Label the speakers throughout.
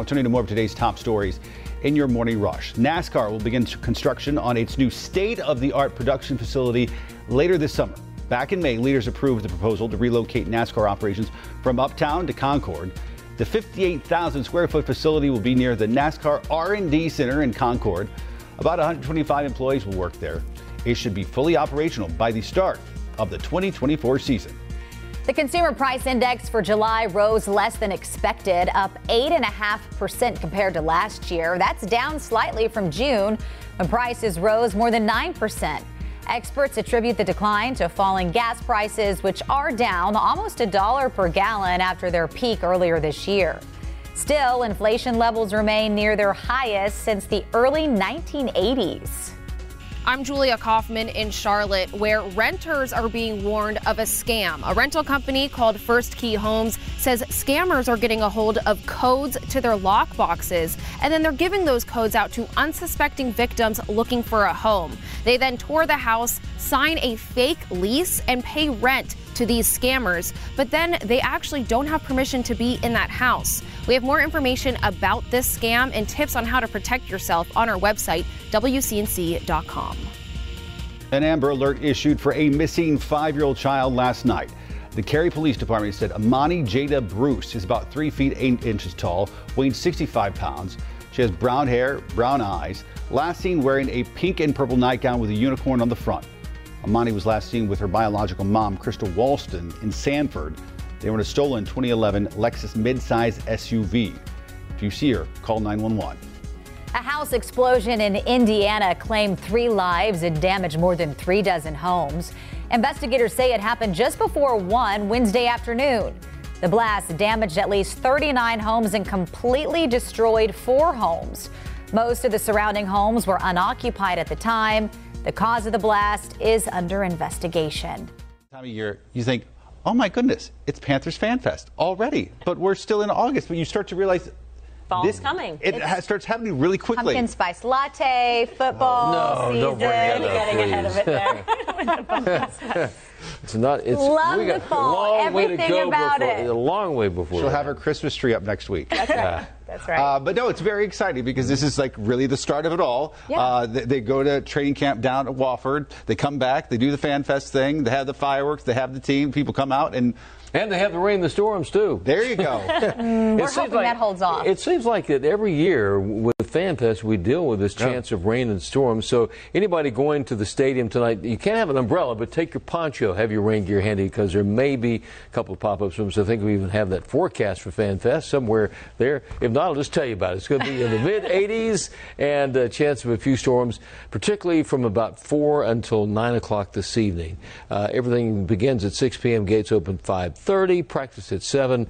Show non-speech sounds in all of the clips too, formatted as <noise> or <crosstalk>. Speaker 1: Now Turning to more of today's top stories in your morning rush. NASCAR will begin construction on its new state of the art production facility later this summer. Back in May, leaders approved the proposal to relocate NASCAR operations from uptown to Concord. The 58,000 square foot facility will be near the NASCAR R&D Center in Concord. About 125 employees will work there. It should be fully operational by the start of the 2024 season.
Speaker 2: The consumer price index for July rose less than expected, up 8.5% compared to last year. That's down slightly from June, when prices rose more than 9%. Experts attribute the decline to falling gas prices, which are down almost a dollar per gallon after their peak earlier this year. Still, inflation levels remain near their highest since the early 1980s.
Speaker 3: I'm Julia Kaufman in Charlotte, where renters are being warned of a scam. A rental company called First Key Homes says scammers are getting a hold of codes to their lock boxes, and then they're giving those codes out to unsuspecting victims looking for a home. They then tour the house, sign a fake lease, and pay rent to these scammers, but then they actually don't have permission to be in that house. We have more information about this scam and tips on how to protect yourself on our website, WCNC.com.
Speaker 1: An Amber Alert issued for a missing five year old child last night. The Cary Police Department said Amani Jada Bruce is about 3 feet 8 inches tall, weighs 65 pounds. She has brown hair, brown eyes, last seen wearing a pink and purple nightgown with a unicorn on the front. Amani was last seen with her biological mom, Crystal Walston, in Sanford. They were in a stolen 2011 Lexus midsize SUV. If you see her, call 911.
Speaker 2: A house explosion in Indiana claimed three lives and damaged more than three dozen homes. Investigators say it happened just before 1 Wednesday afternoon. The blast damaged at least 39 homes and completely destroyed four homes. Most of the surrounding homes were unoccupied at the time. The cause of the blast is under investigation.
Speaker 1: Time of year, you think, oh my goodness, it's Panthers Fan Fest already, but we're still in August. But you start to realize
Speaker 4: Fall's Oh, coming.
Speaker 1: It ha- starts happening really quickly.
Speaker 2: Pumpkin spice latte, football
Speaker 5: No, don't
Speaker 2: season.
Speaker 5: bring that
Speaker 4: Really
Speaker 5: up.
Speaker 4: getting ahead of it there.
Speaker 2: <laughs>
Speaker 5: <laughs> It's not. It's
Speaker 2: Love
Speaker 5: we
Speaker 2: the
Speaker 5: got
Speaker 2: fall,
Speaker 5: a long way to
Speaker 2: everything
Speaker 5: go
Speaker 2: about
Speaker 5: before,
Speaker 2: it.
Speaker 5: A long way before.
Speaker 1: She'll
Speaker 5: that.
Speaker 1: have her Christmas tree up next week.
Speaker 4: That's right.
Speaker 1: Uh, but no, it's very exciting because this is like really the start of it all. Uh, they, they go to training camp down at Wofford. They come back. They do the fan fest thing. They have the fireworks. They have the team. People come out, and
Speaker 5: And they have the rain, and the storms too.
Speaker 1: there you
Speaker 4: <laughs>
Speaker 1: go.
Speaker 5: We're
Speaker 2: hoping that holds off.
Speaker 5: It seems like that every year with Fan Fest we deal with this chance of rain and storms. So anybody going to the stadium tonight, you can't have an umbrella, but take your poncho, have your rain gear handy because there may be a couple of pop-up storms. I think we even have that forecast for Fan Fest somewhere there. If not, I'll just tell you about it. It's going to be in the
Speaker 2: <laughs>
Speaker 5: mid 80s and a chance of a few storms, particularly from about four until nine o'clock this evening. Uh, everything begins at 6 p.m. Gates open 5:30. Practice at seven.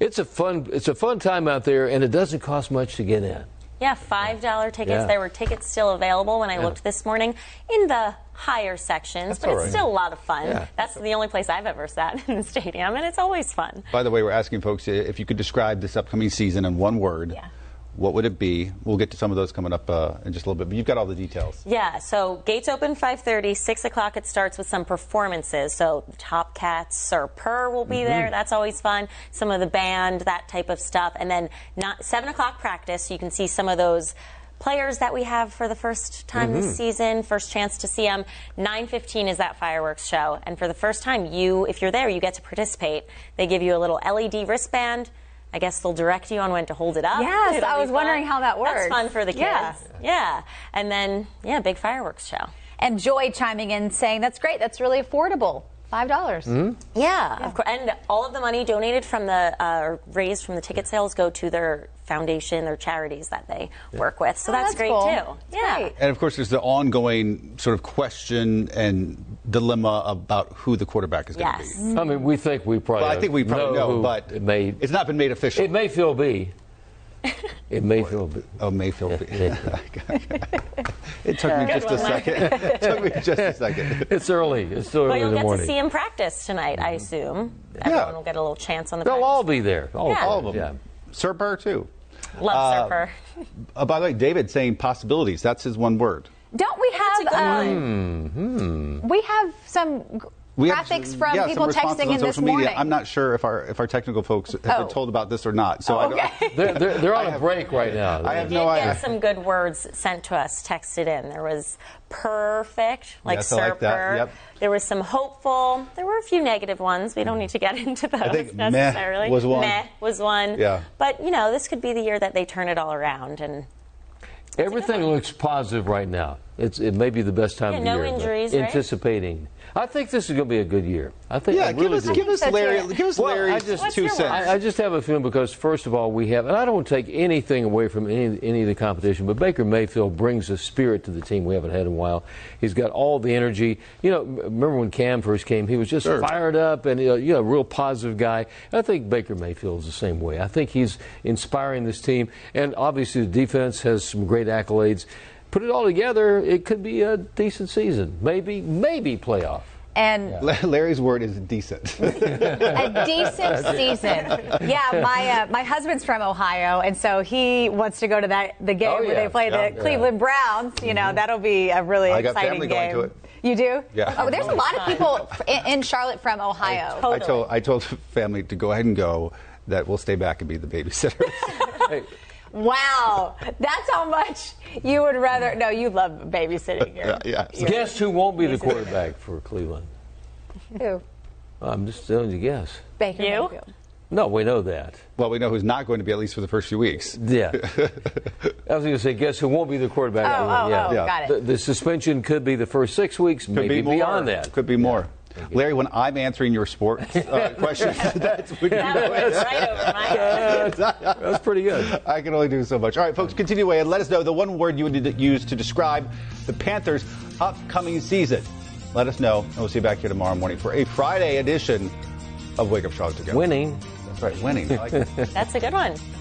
Speaker 5: It's a fun it's a fun time out there and it doesn't cost much to get in.
Speaker 4: yeah, five dollar tickets.
Speaker 5: Yeah.
Speaker 4: There were tickets still available when I looked this morning in the higher sections, but
Speaker 5: all
Speaker 4: it's
Speaker 5: right.
Speaker 4: still a lot of fun.
Speaker 5: Yeah.
Speaker 4: That's the only place I've ever sat <laughs> in the stadium, and it's always fun.
Speaker 1: By the way, we're asking folks uh, if you could describe this upcoming season in one word.
Speaker 4: Yeah.
Speaker 1: What would it be? We'll get to some of those coming up uh, in just a little bit. But you've got all the details.
Speaker 4: Yeah, so gates open 5.30, 6 o'clock it starts with some performances. So the Top Cats, Sir Purr will be
Speaker 2: Mm-hmm.
Speaker 4: there. That's always fun. Some of the band, that type of stuff. And then not, 7 o'clock practice, so you can see some of those players that we have for the first time
Speaker 2: Mm-hmm.
Speaker 4: this season, first chance to see them. 9.15 is that fireworks show. And for the first time, you, if you're there, you get to participate. They give you a little LED wristband. I guess they'll direct you on when to hold it up.
Speaker 2: Yes,
Speaker 4: It'll
Speaker 2: I
Speaker 4: be
Speaker 2: was wondering how that
Speaker 4: That's
Speaker 2: works.
Speaker 4: fun for the kids.
Speaker 2: Yeah.
Speaker 4: Yeah. And then, yeah, big fireworks show.
Speaker 2: And Joy chiming in saying, that's great, that's really affordable. $5. dollars
Speaker 4: Mm-hmm. Yeah. Of course. And all of the money donated from the, uh, or raised from the ticket sales go to their foundation, their charities that they work with.
Speaker 2: Oh,
Speaker 4: So that's,
Speaker 2: that's
Speaker 4: great
Speaker 2: cool.
Speaker 4: too.
Speaker 2: That's
Speaker 4: yeah.
Speaker 2: great.
Speaker 1: And of course, there's the ongoing sort of question and dilemma about who the quarterback is going to
Speaker 4: Yes.
Speaker 1: be.
Speaker 5: I mean, we think we probably
Speaker 1: Well, I think we probably know,
Speaker 5: who
Speaker 1: but
Speaker 5: it may
Speaker 1: it's not been made official.
Speaker 5: it may feel
Speaker 4: <laughs>
Speaker 5: be. It may feel be.
Speaker 1: Oh, Mayfield. <laughs>
Speaker 4: <laughs>
Speaker 1: it took me just a second. it took me just a second.
Speaker 5: <laughs> It's early. It's still
Speaker 4: But
Speaker 5: early in
Speaker 4: you'll
Speaker 5: the
Speaker 4: get
Speaker 5: morning.
Speaker 4: to see him practice tonight, I assume. Everyone will get a little chance on the
Speaker 5: They'll
Speaker 4: practice.
Speaker 5: all be there. All,
Speaker 4: Yeah.
Speaker 1: All of them.
Speaker 5: Yeah.
Speaker 1: Sir Burr, too.
Speaker 4: Love Surfer.
Speaker 1: Uh, by the way, David saying possibilities. That's his one word.
Speaker 2: Don't we um,
Speaker 4: That's a
Speaker 2: have
Speaker 4: good
Speaker 2: um,
Speaker 4: one.
Speaker 2: we have some g-
Speaker 1: Mm-hmm. We have-
Speaker 2: graphics from
Speaker 1: yeah, some
Speaker 2: people
Speaker 1: responses
Speaker 2: texting
Speaker 1: on
Speaker 2: in this
Speaker 1: social media.
Speaker 2: morning.
Speaker 1: I'm not sure if our if our technical folks have
Speaker 2: Oh.
Speaker 1: been told about this or not. So
Speaker 2: Oh,
Speaker 1: I don't-
Speaker 2: okay.
Speaker 5: They're, they're, they're on
Speaker 1: I
Speaker 5: a
Speaker 1: have-
Speaker 5: break right now.
Speaker 1: I have
Speaker 4: did
Speaker 1: no idea.
Speaker 4: get some good words sent to us, texted in. There was perfect, like
Speaker 1: Yes, I
Speaker 4: sir,
Speaker 1: like that.
Speaker 4: per.
Speaker 1: Yep.
Speaker 4: There was some hopeful. There were a few negative ones. We don't need to get into those
Speaker 1: Mm. think meh
Speaker 4: necessarily.
Speaker 1: was one.
Speaker 4: Meh was one.
Speaker 1: Yeah.
Speaker 4: But you know, this could be the year that they turn it all around and
Speaker 5: Everything looks positive right now. It's, it may be the best time
Speaker 4: Yeah,
Speaker 5: of
Speaker 4: no
Speaker 5: year. but
Speaker 4: injuries, right?
Speaker 5: Anticipating. I think this is going to be a good year. I think. I
Speaker 1: Yeah,
Speaker 5: really
Speaker 1: give us
Speaker 5: do.
Speaker 1: give us
Speaker 2: That's
Speaker 1: Larry
Speaker 2: it.
Speaker 1: give us
Speaker 5: Well, I
Speaker 1: Larry's
Speaker 5: just-
Speaker 1: two
Speaker 4: What's your
Speaker 1: cents.
Speaker 5: I, I just have a feeling because first of all we have, and I don't take anything away from any any of the competition, but Baker Mayfield brings a spirit to the team we haven't had in a while. He's got all the energy. You know, m- remember when Cam first came, he was just
Speaker 1: Sure.
Speaker 5: fired up and you know, you know, a real positive guy. And I think Baker Mayfield's the same way. I think he's inspiring this team, and obviously the defense has some great accolades. Put it all together, it could be a decent season. Maybe, maybe playoff.
Speaker 2: and
Speaker 1: Larry's word is decent.
Speaker 2: Oh, a
Speaker 1: <laughs>
Speaker 2: decent season. Yeah, my uh, my husband's from Ohio, and so he wants to go to that the game
Speaker 5: Oh,
Speaker 2: where
Speaker 5: yeah.
Speaker 2: they play the
Speaker 5: Yeah.
Speaker 2: Cleveland Browns. You know, that'll be a really
Speaker 1: Mm-hmm. I got
Speaker 2: exciting
Speaker 1: family going to
Speaker 2: game.
Speaker 1: it.
Speaker 2: You do?
Speaker 1: Yeah.
Speaker 2: Oh, there's a lot of people f- in, in Charlotte from Ohio.
Speaker 1: I told I told the family to go ahead and go. That we'll stay back and be the
Speaker 2: <laughs>
Speaker 1: babysitters.
Speaker 5: Hey,
Speaker 2: Wow, that's how much you would rather. No, you love babysitting here.
Speaker 1: <laughs> yeah.
Speaker 5: guess who won't be the quarterback for Cleveland?
Speaker 2: Who?
Speaker 5: I'm just telling you guess.
Speaker 2: Baker
Speaker 4: You?
Speaker 2: Mayfield.
Speaker 5: No, we know that.
Speaker 1: Well, we know who's not going to be at least for the first few weeks. <laughs>
Speaker 5: Yeah. I was going to say, guess who won't be the quarterback?
Speaker 2: Oh, oh,
Speaker 5: yeah.
Speaker 2: oh, got it.
Speaker 5: The, the suspension could be the first six weeks,
Speaker 1: Could
Speaker 5: maybe
Speaker 1: be more.
Speaker 5: beyond that.
Speaker 1: Could be more. Larry, when I'm answering your sports
Speaker 2: <laughs>
Speaker 1: uh, questions, <laughs> that's we can
Speaker 4: that
Speaker 1: do it.
Speaker 4: went right over my head.
Speaker 5: That's pretty good.
Speaker 1: <laughs> I can only do so much. All right, folks, continue away and let us know the one word you would d- use to describe the Panthers' upcoming season. Let us know, and we'll see you back here tomorrow morning for a Friday edition of Wake Up Charlotte Together.
Speaker 5: Winning.
Speaker 1: That's right, winning. I like it.
Speaker 4: That's a good one.